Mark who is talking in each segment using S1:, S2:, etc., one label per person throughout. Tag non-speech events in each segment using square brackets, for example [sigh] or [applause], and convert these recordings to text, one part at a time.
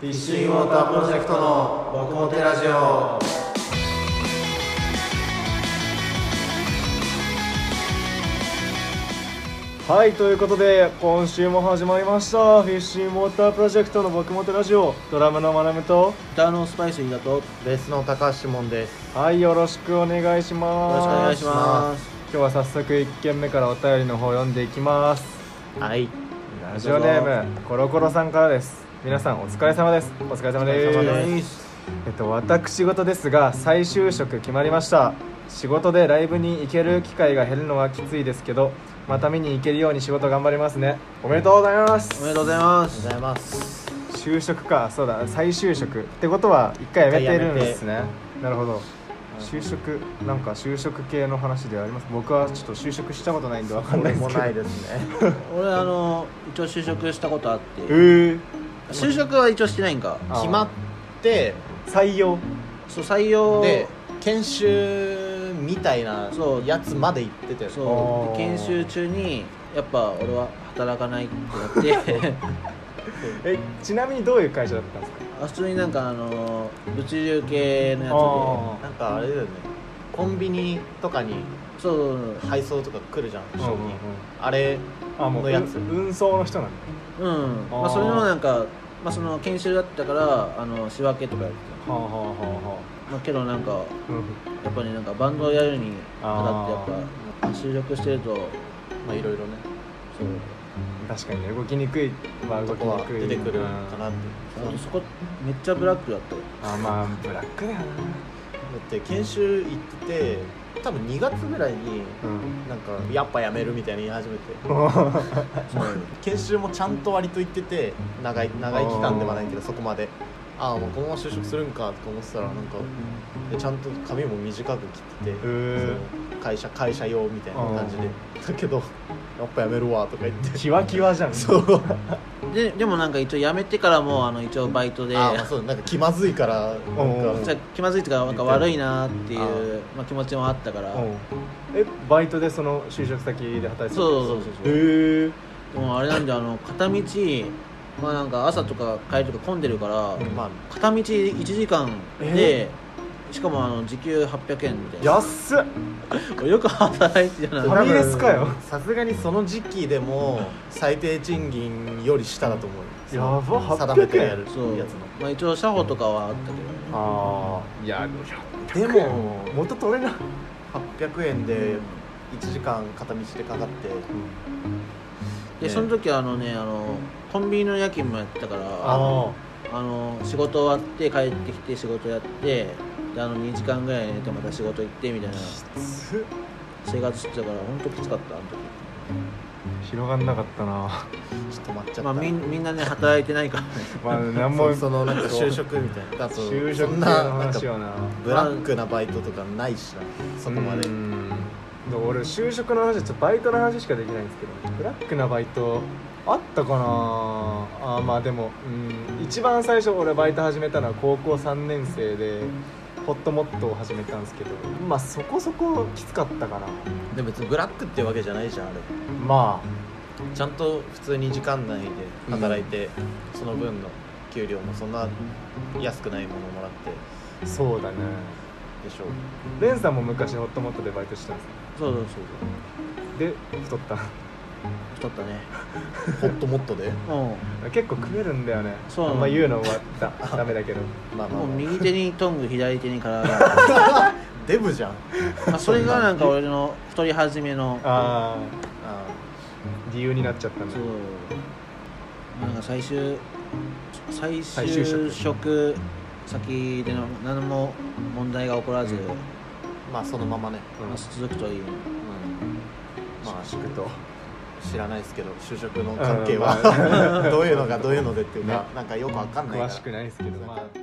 S1: 日清ウォータープロジェクトの爆モテラジオ
S2: はいということで今週も始まりましたフィッシングモータープロジェクトの僕もてラジオドラムのまなみと
S3: 歌のスパイシーだとよ
S1: ベースの高橋門です
S2: はいよろしくお願いし
S3: ろしくお
S2: ま
S3: 願い
S2: す
S3: します
S2: 今日は早速1件目からお便りの方読んでいきます
S1: はい
S2: ラジオネームコロコロさんからです皆さんお疲れ様ですお疲れ様です
S1: お疲れ様です
S2: えっと私事ですが再就職決まりました仕事でライブに行ける機会が減るのはきついですけどまた見に行けるように仕事頑張りますねおめでとうございます
S3: おめでとうございます
S1: ございます
S2: 就職かそうだ再就職ってことは一回やめてるんですねなるほど就職なんか就職系の話ではあります僕はちょっと就職したことないんでわかん
S1: こ
S2: な
S1: れ
S2: いです
S1: も
S2: けど
S1: ないですね
S3: 俺あの一応就職したことあって
S2: えー、
S3: 就職は一応してないんか
S2: あー
S1: 決まって
S2: 採用
S3: そう採用
S1: で研修みたいな
S3: そう
S1: やつまで行ってたよね
S2: あ
S3: そ
S2: ー
S3: うで研修中にやっぱ俺は働かないってなって
S1: [laughs]
S2: えちなみにどういう会社だったんですか
S3: あ普通になんかあの物流系のや
S2: あ
S1: なんかあれだよねコンビニとかに
S3: つでそうそうそう
S1: 配送とか来るじゃん商
S2: うんうんうん
S1: 品あれ
S2: あもう
S1: のやつ
S2: う運送の人なんだ
S3: うんま
S2: あー
S3: あ、それもなんか、まあ、その研修だったからあの仕分けとかやって
S2: はあはあは
S3: た、まあ、けどなんか
S2: あはあうん
S3: やっぱりなんかバンドをやるに
S2: あ
S3: あ
S2: ー
S3: たってやっぱ就職してると
S1: まあいろいろね
S3: そう
S2: 確かにね動きにくいは動
S1: と
S2: き
S1: こは
S2: にくい
S1: 出てくる
S2: うん
S1: かなって
S3: あのそこめっちゃブラックだったよ
S2: あまあブラックだよな
S1: だって研修行ってて多分2月ぐらいに
S2: うん
S1: なんかやっぱやめるみたいに言い始めて
S3: そう
S1: 研修もちゃんと割と行ってて長い長い期間ではないけどそこまでああもうこのまま就職するんかとか思ってたらなんかでちゃんと髪も短く切ってて、
S2: ー
S1: その会社会社用みたいな感じでだけどやっぱやめるわとか言って
S2: [laughs] キワキワじゃ
S1: [laughs]
S2: ん
S1: そう
S3: ででもなんか一応辞めてからもあの一応バイトで
S1: ああまあそうなんか気まずいからなんか
S2: おうおう
S3: じゃあ気まずいとかなんか悪いなってい
S1: あ
S3: うまあ、気持ちもあったから
S2: うんえバイトでその就職先で働いてた
S3: そうそうそうそう
S2: へえ
S3: でもあれなんであの片道まあなんか朝とか帰りとか混んでるから、
S1: まあ
S3: 片道1時間で、しかもあの時給800円みたいな
S2: 安っ
S3: よく働いてた
S2: フ
S3: な
S2: ァミレスかよ
S1: 多分さすがにその時期でも最低賃金より下だと思うよ
S2: やば
S1: 定めて
S2: 800円
S1: やる
S3: そう
S1: やつの
S3: まあ、一応社保とかはあったけど
S2: ああいや
S1: でも
S2: 元取れな
S1: 800円で1時間片道でかかって
S3: で、
S1: ね
S3: その時はあのねあのコンビニの夜勤もやってたからあ
S2: あ
S3: の仕事終わって帰ってきて仕事やってであの2時間ぐらい寝てまた仕事行ってみたいな
S2: あすっ
S3: 生活してたから本当きつかったあの
S2: 広がんなかったな
S1: ちょっと待っちゃった、
S3: 時まあみんみんなね働いてないからね
S2: [laughs] まあ何
S1: そ
S2: も
S1: うそのなんか就職みたいな
S2: [laughs]
S1: だと
S2: 就
S1: そ
S2: 職系
S1: ん
S2: の
S1: ななんか
S2: 話はな
S1: ブラックなバイトとかないしなそこまで
S2: うんで俺就職の話はちょっとバイトの話しかできないんですけどブラックなバイトあったかなあーまあでもうん一番最初俺バイト始めたのは高校3年生でホットモットを始めたんですけどまあそこそこきつかったかな
S1: でも別にブラックってわけじゃないじゃんあれ
S2: ま
S1: ちゃんと普通に時間内で働いて、その分の給料もそんな安くないものをもらって
S2: あそうだね
S1: でしょう
S2: レンさんも昔ホットモットでバイトしてたんです
S3: [laughs] そうそう
S2: で太った
S3: そう太った
S1: [laughs]
S3: ね
S1: ホットモットで
S3: も
S2: 結構食えるんだよね
S3: そう
S2: あんま言うのは
S1: [laughs]
S2: だダメだけど
S1: まあ
S3: う
S1: まあ、
S3: もう
S1: ま
S3: 右手にトング左手に [laughs] 体が
S1: あ、 [laughs] デブじゃん
S3: まあそれがなんか俺の太り始めの
S1: あ
S2: ああ理由になっちゃったんだ
S3: そうなんか最終最
S2: 最終
S3: 終職先での何も問題が起こらず、
S2: うん
S1: まあそのままね、
S3: まあ続くといい
S1: まあ
S2: くと
S1: 知らないですけど就職の関係
S2: うんま
S1: は [laughs] どういうのがどういうのでっていうか、
S2: ね
S1: なんかよくわかんないから
S2: 詳しくないですけど、まあ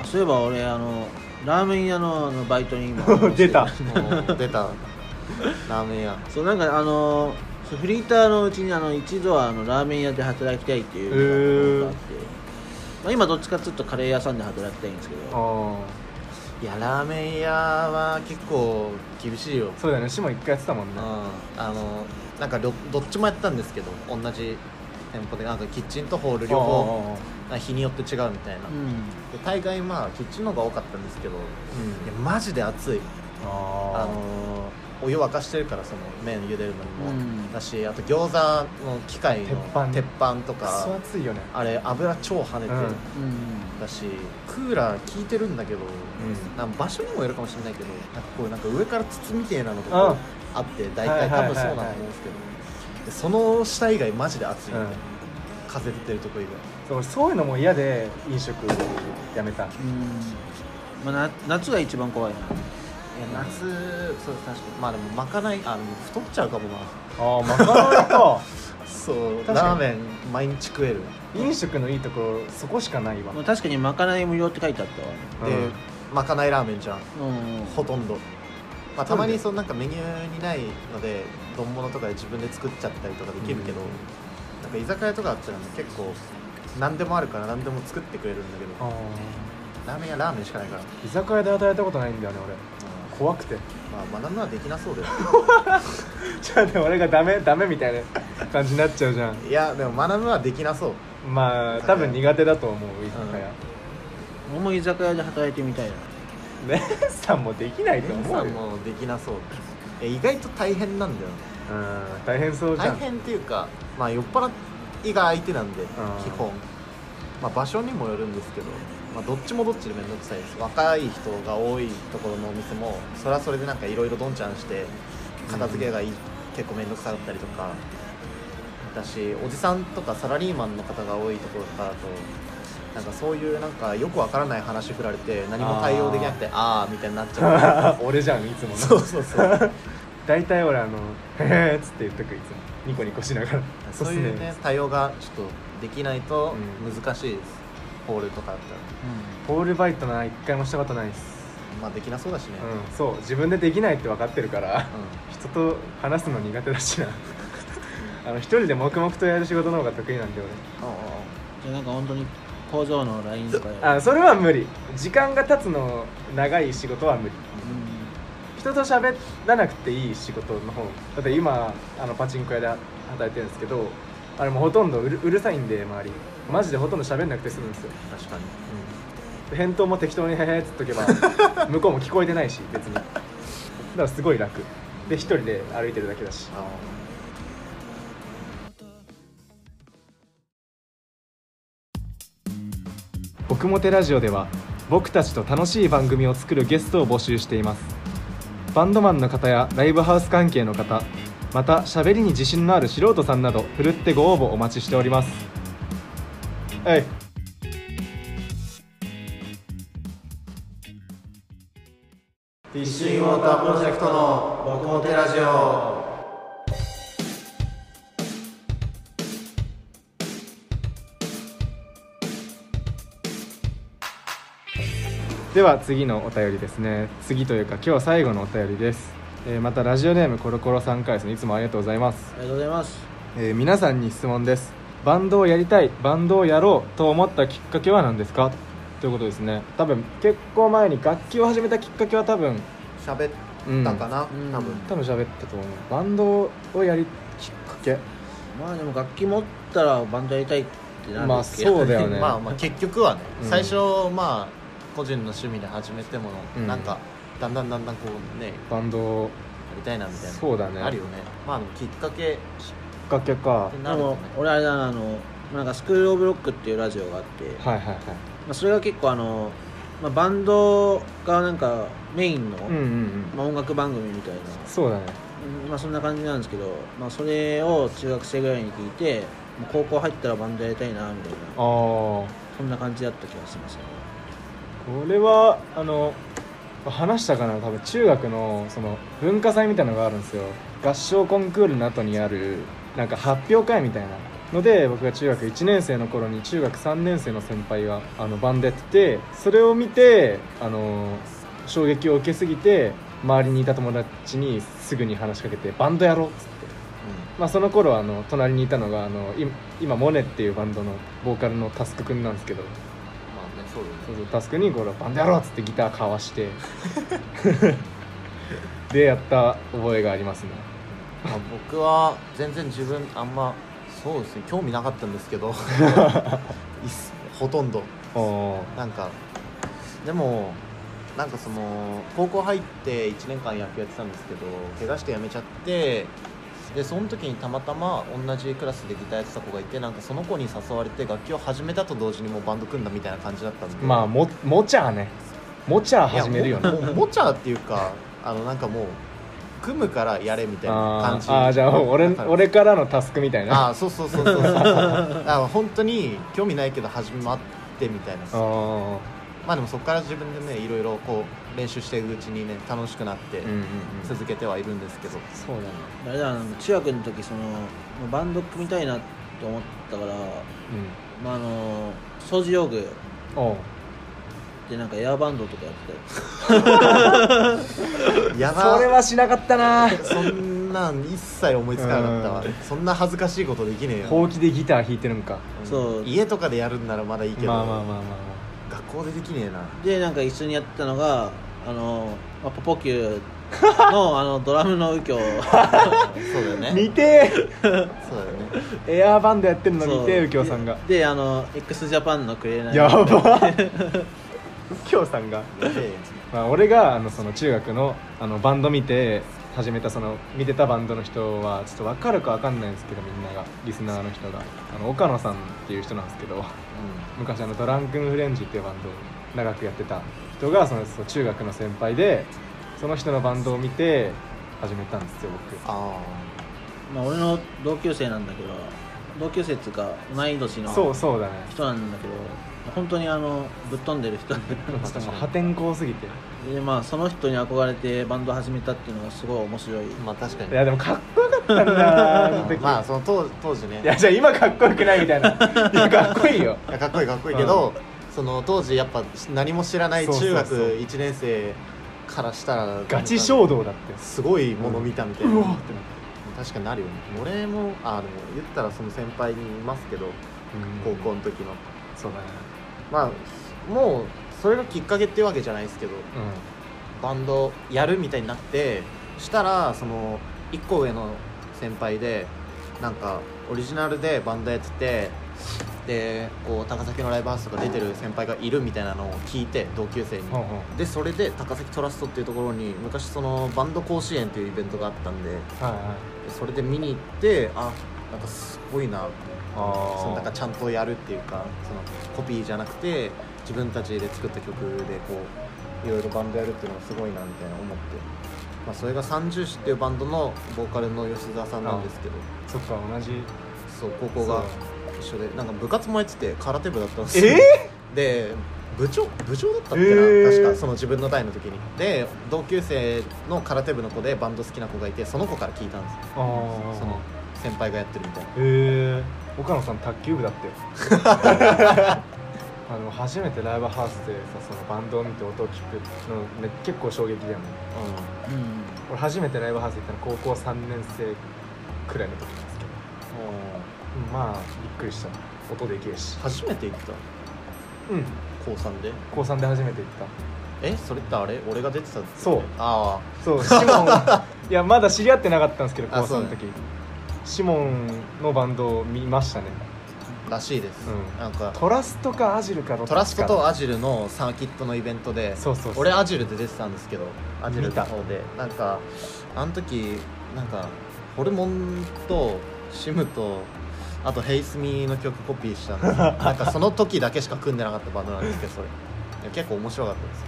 S3: あそういえば俺あのラーメン屋のあのバイトに今
S2: [laughs] [laughs] 出た
S1: もう出たラーメン屋
S3: そうなんかあのそうフリーターのうちにあの一度はあのラーメン屋で働きたいっていうのがあって、まあ、今どっちかっていうとカレー屋さんで働きたいんですけど
S2: あ
S1: いやラーメン屋は結構厳しいよ
S2: あそうだね志も一回やってたもんね
S1: うんあのなんかりょどっちもやってたんですけど同じ店舗でなんかキッチンとホール両方
S2: ああ
S1: なんか日によって違うみたいな、
S3: う
S1: で
S3: ん
S1: 大概まあキッチンの方が多かったんですけどいや
S2: うん
S1: マジで暑いあ
S2: あ
S1: のお湯沸かしてるからその麺茹でるの
S3: う
S1: にも、
S3: ん
S1: だしあと餃子の機械の
S2: 鉄板
S1: 鉄板と
S2: あくそ
S1: か
S2: 暑いよね
S1: あれ油超跳ねてる、
S2: うん
S3: うん
S1: だしクーラー効いてるんだけど、
S2: ん
S1: なんか場所にもよるかもしれないけどなんかこうなんか上から筒みたいなのと
S2: うん
S1: かあって大体多分そうなんだと思うんですけど、でその下以外マジで暑い、
S2: うん
S1: 風出てるとこ以
S2: そうそういうのも嫌で飲食やめた
S3: うんまあ、な夏が一番怖いな
S1: 外いや夏そう確かにまあでもまかないあでも太っちゃうかもな
S2: ああまかない
S1: [laughs]
S2: か
S1: そう
S2: 確かに
S1: ラーメン毎日食える
S2: 飲食のいいところそこしかないわ
S3: まあ確かにまかない無料って書いてあった
S1: で、
S2: うん
S1: まかないラーメンじゃん
S3: わうん
S1: ほとんど、まあ、たまにそのなんかメニューにないので丼物とかで自分で作っちゃったりとかできるけど、
S2: うん
S1: なんか居酒屋とかあっちらも結構何でもあるから何でも作ってくれるんだけど
S2: あ
S1: ラーメン屋ラーメンしかないから、
S2: ー居酒屋で働いたことないんだよね俺怖くて [laughs]
S1: まあ、学ぶのはできなそうだよ [laughs]
S2: じゃあね俺がダメダメみたいな感じになっちゃうじゃん
S1: いやでも学ぶのはできなそう
S2: まあ多分苦手だと思う居酒屋、
S3: 俺も居酒屋で働いてみたいな
S2: 姉さんもできないと
S1: 皆
S2: 思う
S1: さ
S2: よ
S1: んもできなそうえ意外と大変なんだよね
S2: うん大変そうじゃ
S1: 大
S2: ん
S1: 変っていうかまあ酔っ払いが相手なんで
S2: ん
S1: 基本まあ場所にもよるんですけど、まあ、どっちもどっちで面倒くさいです若い人が多いところのお店もそれはそれでなんかいろいろどんちゃんして片付けがいい、結構面倒くさかったりとかだしおじさんとかサラリーマンの方が多いところとかだとなんかそういうなんかよくわからない話振られて何も対応できなくてああーみたいになっち [laughs] ゃう
S2: [laughs] 俺じゃんいつもの
S1: そうそうそう
S2: 大体俺あの「へえ」っつって言っとくいつもニコニコしながら
S1: そういうね対応がちょっとできないと
S2: うん
S1: 難しいです、ホールとかだったら
S2: ホールバイトなら一回もしたことないです
S1: まあできなそうだしね、
S2: うんそう自分でできないって分かってるから
S1: うん
S2: 人と話すの苦手だしな [laughs] あの一人で黙々とやる仕事の方が得意なんで
S1: あ
S3: じゃあなんか本当に工場の LINE とか
S2: 俺
S3: や
S2: あそれは無理時間が経つの長い仕事は無理
S3: うん
S2: 人と喋らなくていい仕事の方だって今あのパチンコ屋で働いてるんですけどあれもうほとんどうるうるさいんで周りマジでほとんど喋んなくて済むんですよ
S1: あ確かに
S2: で返答も適当に「へへ」っつっとけば向こうも聞こえてないし別にだからすごい楽で一人で歩いてるだけだし
S1: あ
S2: 僕もてラジオでは僕たちと楽しい番組を作るゲストを募集していますバンドマンの方やライブハウス関係の方また喋りに自信のある素人さんなどふるってご応募お待ちしておりますはい
S1: フィッシングウォータープロジェクトの僕もテラジオ
S2: では次のお便りですね次というか今日最後のお便りです、えーまたラジオネームコロコロさんからですねいつもありがとうございます
S3: ありがとうございます
S2: えー皆さんに質問ですバンドをやりたいバンドをやろうと思ったきっかけは何ですかということですね多分結構前に楽器を始めたきっかけは多分
S1: 喋っ
S2: うん
S1: たかな、
S3: うん
S1: 多分、
S2: 多分喋ったと思うバンドをやりきっかけ
S3: まあでも楽器持ったらバンドやりたいってなる
S2: まあ
S3: けど
S2: そうだ
S3: [laughs]
S2: よね
S1: まあまあ結局はね、
S2: うん
S1: 最初まあ個人の趣味で始めてもの、
S2: うん
S1: なんかだんだんだんだんこうねや
S2: バンドを
S1: りたいなみたいな
S2: そうだね
S1: あるよねまあでもきっかけっ
S2: きっかけかは
S1: て
S2: い
S1: な
S3: で
S1: ると
S3: も
S1: ね
S3: 俺あれだなあのなんかスクール・オブ・ロックっていうラジオがあって、
S2: はいはい
S3: まあ、それが結構あの、まあ、バンドがなんかメインの、
S2: うんうんうん
S3: まあ、音楽番組みたいな、
S2: そうだね
S3: うんまあ、そんな感じなんですけど、まあ、それを中学生ぐらいに聞いてもう高校入ったらバンドやりたいなみた
S2: あ
S3: い
S2: あ
S3: な
S2: こ
S3: そんな感じだった気がしますね
S2: れはあの話したかな多分中学のその文化祭みたいなのがあるんですよ合唱コンクールの後にあるなんか発表会みたいなので僕が中学1年生の頃に中学3年生の先輩があのバンドやっててそれを見てあの衝撃を受けすぎて周りにいた友達にすぐに話しかけて「バンドやろう」っつってまあ、その頃はあの隣にいたのがあのい今モネっていうバンドのボーカルのタスクくんなんですけど
S1: そうだよね
S2: そうそうタスクにこれバンドやろうっつってギターかわしてでやった覚えがありますね
S1: まあ僕は全然自分あんまそうですね興味なかったんですけ
S2: [laughs]
S1: どいっすほとんど
S2: おお
S1: なんかでもなんかその高校入って1年間野球やってたんですけど怪我して辞めちゃってでその時にたまたま同じクラスでギターやってた子がいてなんかその子に誘われて楽器を始めたと同時にもうバンド組んだみたいな感じだったんで
S2: まあももちゃねもちゃ
S1: いや
S2: 始めるよね
S1: もうもうもちゃっていうかあのなんかもう組むからやれみたいな
S2: あ
S1: 感じ
S2: ーあーじゃあ俺
S1: だから
S2: 俺からのタスクみたい
S1: あ
S2: な
S1: あそうそうそうそうそうあの本当に興味ないけど始まってみたいな
S2: あー
S1: まあでもそこから自分でねいろいろこう練習していくうちにね楽しくなって
S2: うんうんうん
S1: 続けてはいるんですけど、
S2: そうだね
S3: あれだな中学の時そのバンド組みたいなと思ったから、まあ、あの掃除用具
S2: うんおう
S3: でなんかエアバンドとかやってたよ
S1: やば
S2: それはしなかったな
S1: そんなん一切思いつかなかったわ
S2: うん
S1: そんな恥ずかしいことできねえ
S2: ほ
S1: よ
S2: うきでギター弾いてるんか
S1: うん
S3: そう
S1: 家とかでやるんならまだいいけど、
S2: まあまあまあまあま
S1: 学校でできねえな
S3: でなんか一緒にやってたのがあの、まあ、ポポキュ
S2: [laughs]
S3: ーのあのドラムの右京
S1: そうだよ
S2: あ
S1: ね
S2: 見て
S1: [laughs] そうだよね
S2: ーエアーバンドやってるの
S3: そう
S2: 見て右京さんが
S3: であの x ジャパンのくれない
S2: やば右京さんが
S1: やべえ
S2: まあ、俺があのその中学のあのバンド見て始めたその見てたバンドの人はちょっと分かるか分かんないんですけどみんながリスナーの人があの岡野さんっていう人なんですけど昔あのドランクンフレンジっていうバンドを長くやってた人がそのそう中学の先輩でその人のバンドを見て始めたんですよ僕
S1: あ
S3: まあ、俺の同級生なんだけど同級生っていうか同い年の
S2: そうそうだね
S3: 人なんだけど本当にあのぶっ飛んで
S2: [laughs]
S3: る人で
S2: ちょっともう破天荒すぎて
S3: でまあその人に憧れてバンド始めたっていうのがすごい面白い
S1: あまあ確かに
S2: いやでもかっこよかったん
S1: [laughs]
S2: だなあの時
S1: まあその当当時ね
S2: いやじゃあ今かっこよくないみたいないやかっこいいよ
S1: いやかっこいいかっこいいけど、その当時やっぱ何も知らない
S2: そうそう
S1: 中
S2: そう
S1: 学1年生からしたら
S2: ガチ衝動だって
S1: すごいもの見たみたいな、
S2: うわってなっ
S1: 確かになるよね俺もあでも言ったらその先輩にいますけど
S2: う
S1: 高
S2: ん
S1: 校の時の、
S2: そうだね
S1: まあもうそれがきっかけっていうわけじゃないですけどバンドやるみたいになってしたらその1個上の先輩でなんかオリジナルでバンドやっててでこう高崎のライブハウスとか出てる先輩がいるみたいなのを聞いて同級生に
S2: うん、ほうほ
S1: でそれで高崎トラストっていうところに昔そのバンド甲子園っていうイベントがあったんで
S2: うはいはい
S1: それで見に行ってあなんかすごいなそ
S2: あー
S1: のなんかちゃんとやるっていうかそのコピーじゃなくて自分たちで作った曲でこういろいろバンドやるっていうのがすごいなみたいな思って、まあ、それが三重視っていうバンドのボーカルの吉澤さんなんですけど
S2: そっか同じ
S1: そう高校が一緒でなんか部活もやってて空手部だったんですよ
S2: え
S1: で部長部長だったっけな、
S2: えー
S1: 確かその自分の代の時にで同級生の空手部の子でバンド好きな子がいてその子から聞いたんですよ
S2: ああ
S1: その先輩がやってるみたいな
S2: へえ岡野さん卓球部だ [laughs] ったよあの初めてライブハウスでさそのバンドを見て音を聞くの、ね、結構衝撃だよね
S3: うん
S2: 俺初めてライブハウス行ったの高校3年生くらいの時なんですけどうんまあびっくりした音できるし
S1: 初めて行った
S2: うん
S1: 高3で
S2: 高3で初めて行った
S1: えそれってあれ俺が出てたって
S2: そう
S1: あ
S2: そうシモ
S1: [laughs]
S2: ンいやまだ知り合ってなかったんですけど高
S1: あそう
S2: 3
S1: ね
S2: の時、シモンのバンドを見ましたね
S1: あらしいです、
S2: うん
S1: なんか
S2: トラストかアジルかどっち
S1: ト
S2: か
S1: ラストとアジルのサーキットのイベントで
S2: そうそうそう
S1: 俺アジルで出てたんですけどアジル
S2: 見
S1: の
S2: た
S1: 方でなんかあの時なんかホルモンとシムとあとヘイスミの曲コピーしたんですよ
S2: [laughs]
S1: なんかその時だけしか組んでなかったバンドなんですけどそれいや結構面白かったです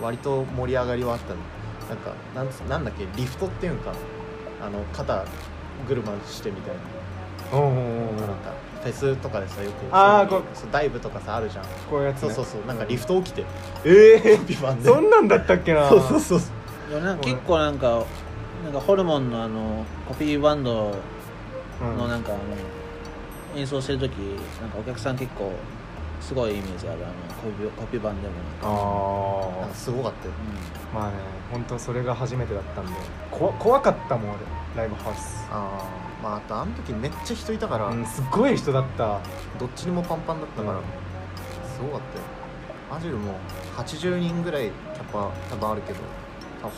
S1: 割と盛り上がりはあったのなんかなんつなんだっけリフトっていうんかあの肩車してみたいな
S2: うんうんうんうんうん
S1: なんかフェスとかでさよく
S2: あー
S1: そういう
S2: こ
S1: そうダイブとかさあるじゃん
S2: こういうやつ、
S1: そ
S2: ね、
S1: うそうそうなんかリフト起きて
S2: ええ
S1: ビバンで
S2: そんなんだったっけな
S1: そうそうそう
S3: いやなんか
S2: そうね
S3: 結構なんかなんかホルモンのあのコピーバンド
S2: うん
S3: のなんかあの、演奏してる時なんかお客さん結構すごいイメージあるあのコピーコピーバンでも
S1: な
S3: なんか、
S1: ん
S2: あ
S1: かすごかったよ
S3: う
S2: あまあね本当それが初めてだったんでこ怖かったもん俺ライブハウス
S1: ああまああとあの時めっちゃ人いたから、
S2: うんすっごい人だった
S1: どっちにもパンパンだったから、
S2: うん
S1: すすごかったよマジでもう80人ぐらいキャパ多分あるけど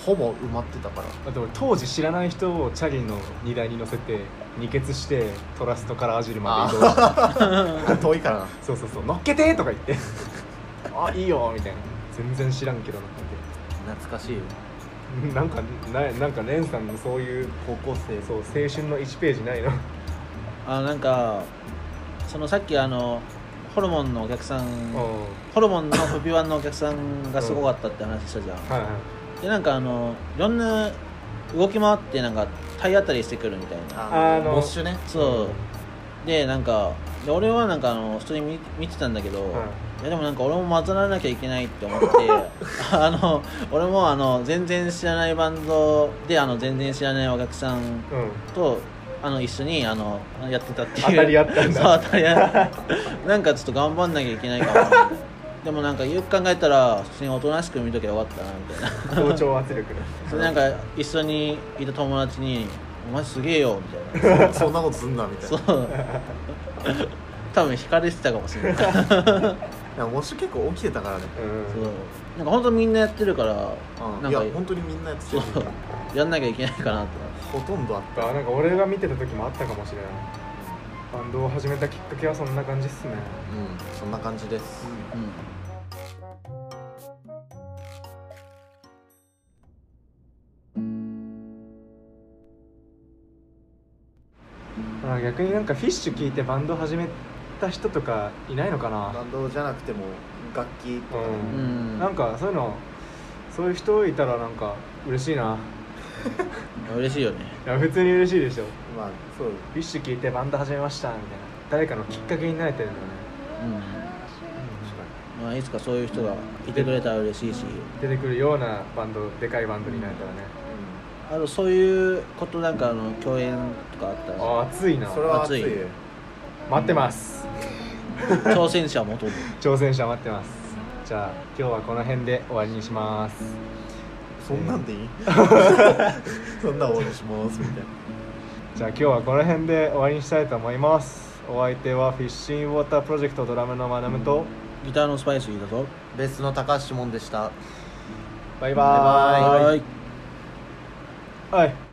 S1: ほぼ埋まってたから
S2: だって俺当時知らない人をチャリの荷台に乗せて二血してトラストからアジルまで移動して
S1: 遠いからな
S2: そうそうそう乗っけてとか言って [laughs] あいいよみたいな全然知らんけどなっ
S1: 懐かしいよ
S2: て [laughs] なんかななんか蓮さんのそういう
S1: 高校生
S2: そう青春の1ページないの
S3: あなんかそのさっきあのホルモンのお客さん
S2: うん
S3: ホルモンの不備ワンのお客さんがすごかったって話したじゃん、
S2: はいはい
S3: でなんかあのいろんな動き回ってなんか体当たりしてくるみたいな
S1: あ
S2: あ
S1: の
S2: の
S1: モッシュね
S3: そうでなんかで俺はなんかあの普通に見見てたんだけど、
S2: はい
S3: いやでもなんか俺も混ざらなきゃいけないっ
S2: [laughs]
S3: て思ってあの俺もあの全然知らないバンドであの全然知らないお客さ
S2: う
S3: ん
S2: ん
S3: とあの一緒にあのやってたっていう
S2: 当たり合ったんだ
S3: そう当たり
S2: [laughs]
S3: 合ったなんかちょっと頑張んなきゃいけないかもみたいなでもなんかよく考えたら普通におとなしく見ときゃよかったなみた
S2: [laughs]
S3: いな
S2: 同調圧力
S3: それなんか一緒にいた友達に「お前すげえよ」みたい
S1: [laughs]
S3: な
S1: そんなことすんなみたい
S3: そ
S1: な
S2: [laughs]
S3: う多分惹かれてたかもしれないそう
S1: いやモッシュ結構起きてたからね
S2: うん
S3: なんか本当みんなやってるから、
S1: うん
S3: ないん
S1: や
S3: か
S1: 本当にみんなやってた
S3: そう
S1: よ
S3: やんなきゃいけないかなと
S1: ほとんどあっ
S2: あなんか俺が見てた時もあったかもしれないバンドを始めたきっかけはそんな感じっすね
S1: たうんそんな感じです
S3: うん
S2: あ逆になんかフィッシュ聞いてバンド始めた人とかいないのかな
S1: バンドじゃなくても楽器とかね
S2: うん
S3: うん
S2: なんかそういうのそういう人いたらなんか嬉しいな
S3: 嬉しいよね
S2: いや普通に嬉しいでしょ
S1: まあそう
S2: フィッシュ聞いてバンド始めましたみたいな誰かのきっかけになれてるんだね
S3: うん
S1: 確かに
S3: まあいつかそういう人がいてくれたら嬉しいし
S2: 出てくるようなバンドでかいバンドになれたらね
S3: あとそういうことなんかあの共演とかあったら
S2: ああ熱いな
S1: うんそれは熱い
S3: 熱い
S1: よ
S2: 待ってます
S3: 挑戦者もとる
S2: 挑戦者待ってますじゃあ今日はこの辺で終わりにします
S1: そんなんでいい [laughs] そんな応援しますみたいな
S2: じゃあ今日はこの辺で終わりにしたいと思いますお相手はフィッシングウォータープロジェクトドラムのマナムと
S3: ギターのスパイスいいだぞ
S1: ベースの高橋もんでした
S2: バイバーイ
S3: はい
S2: はい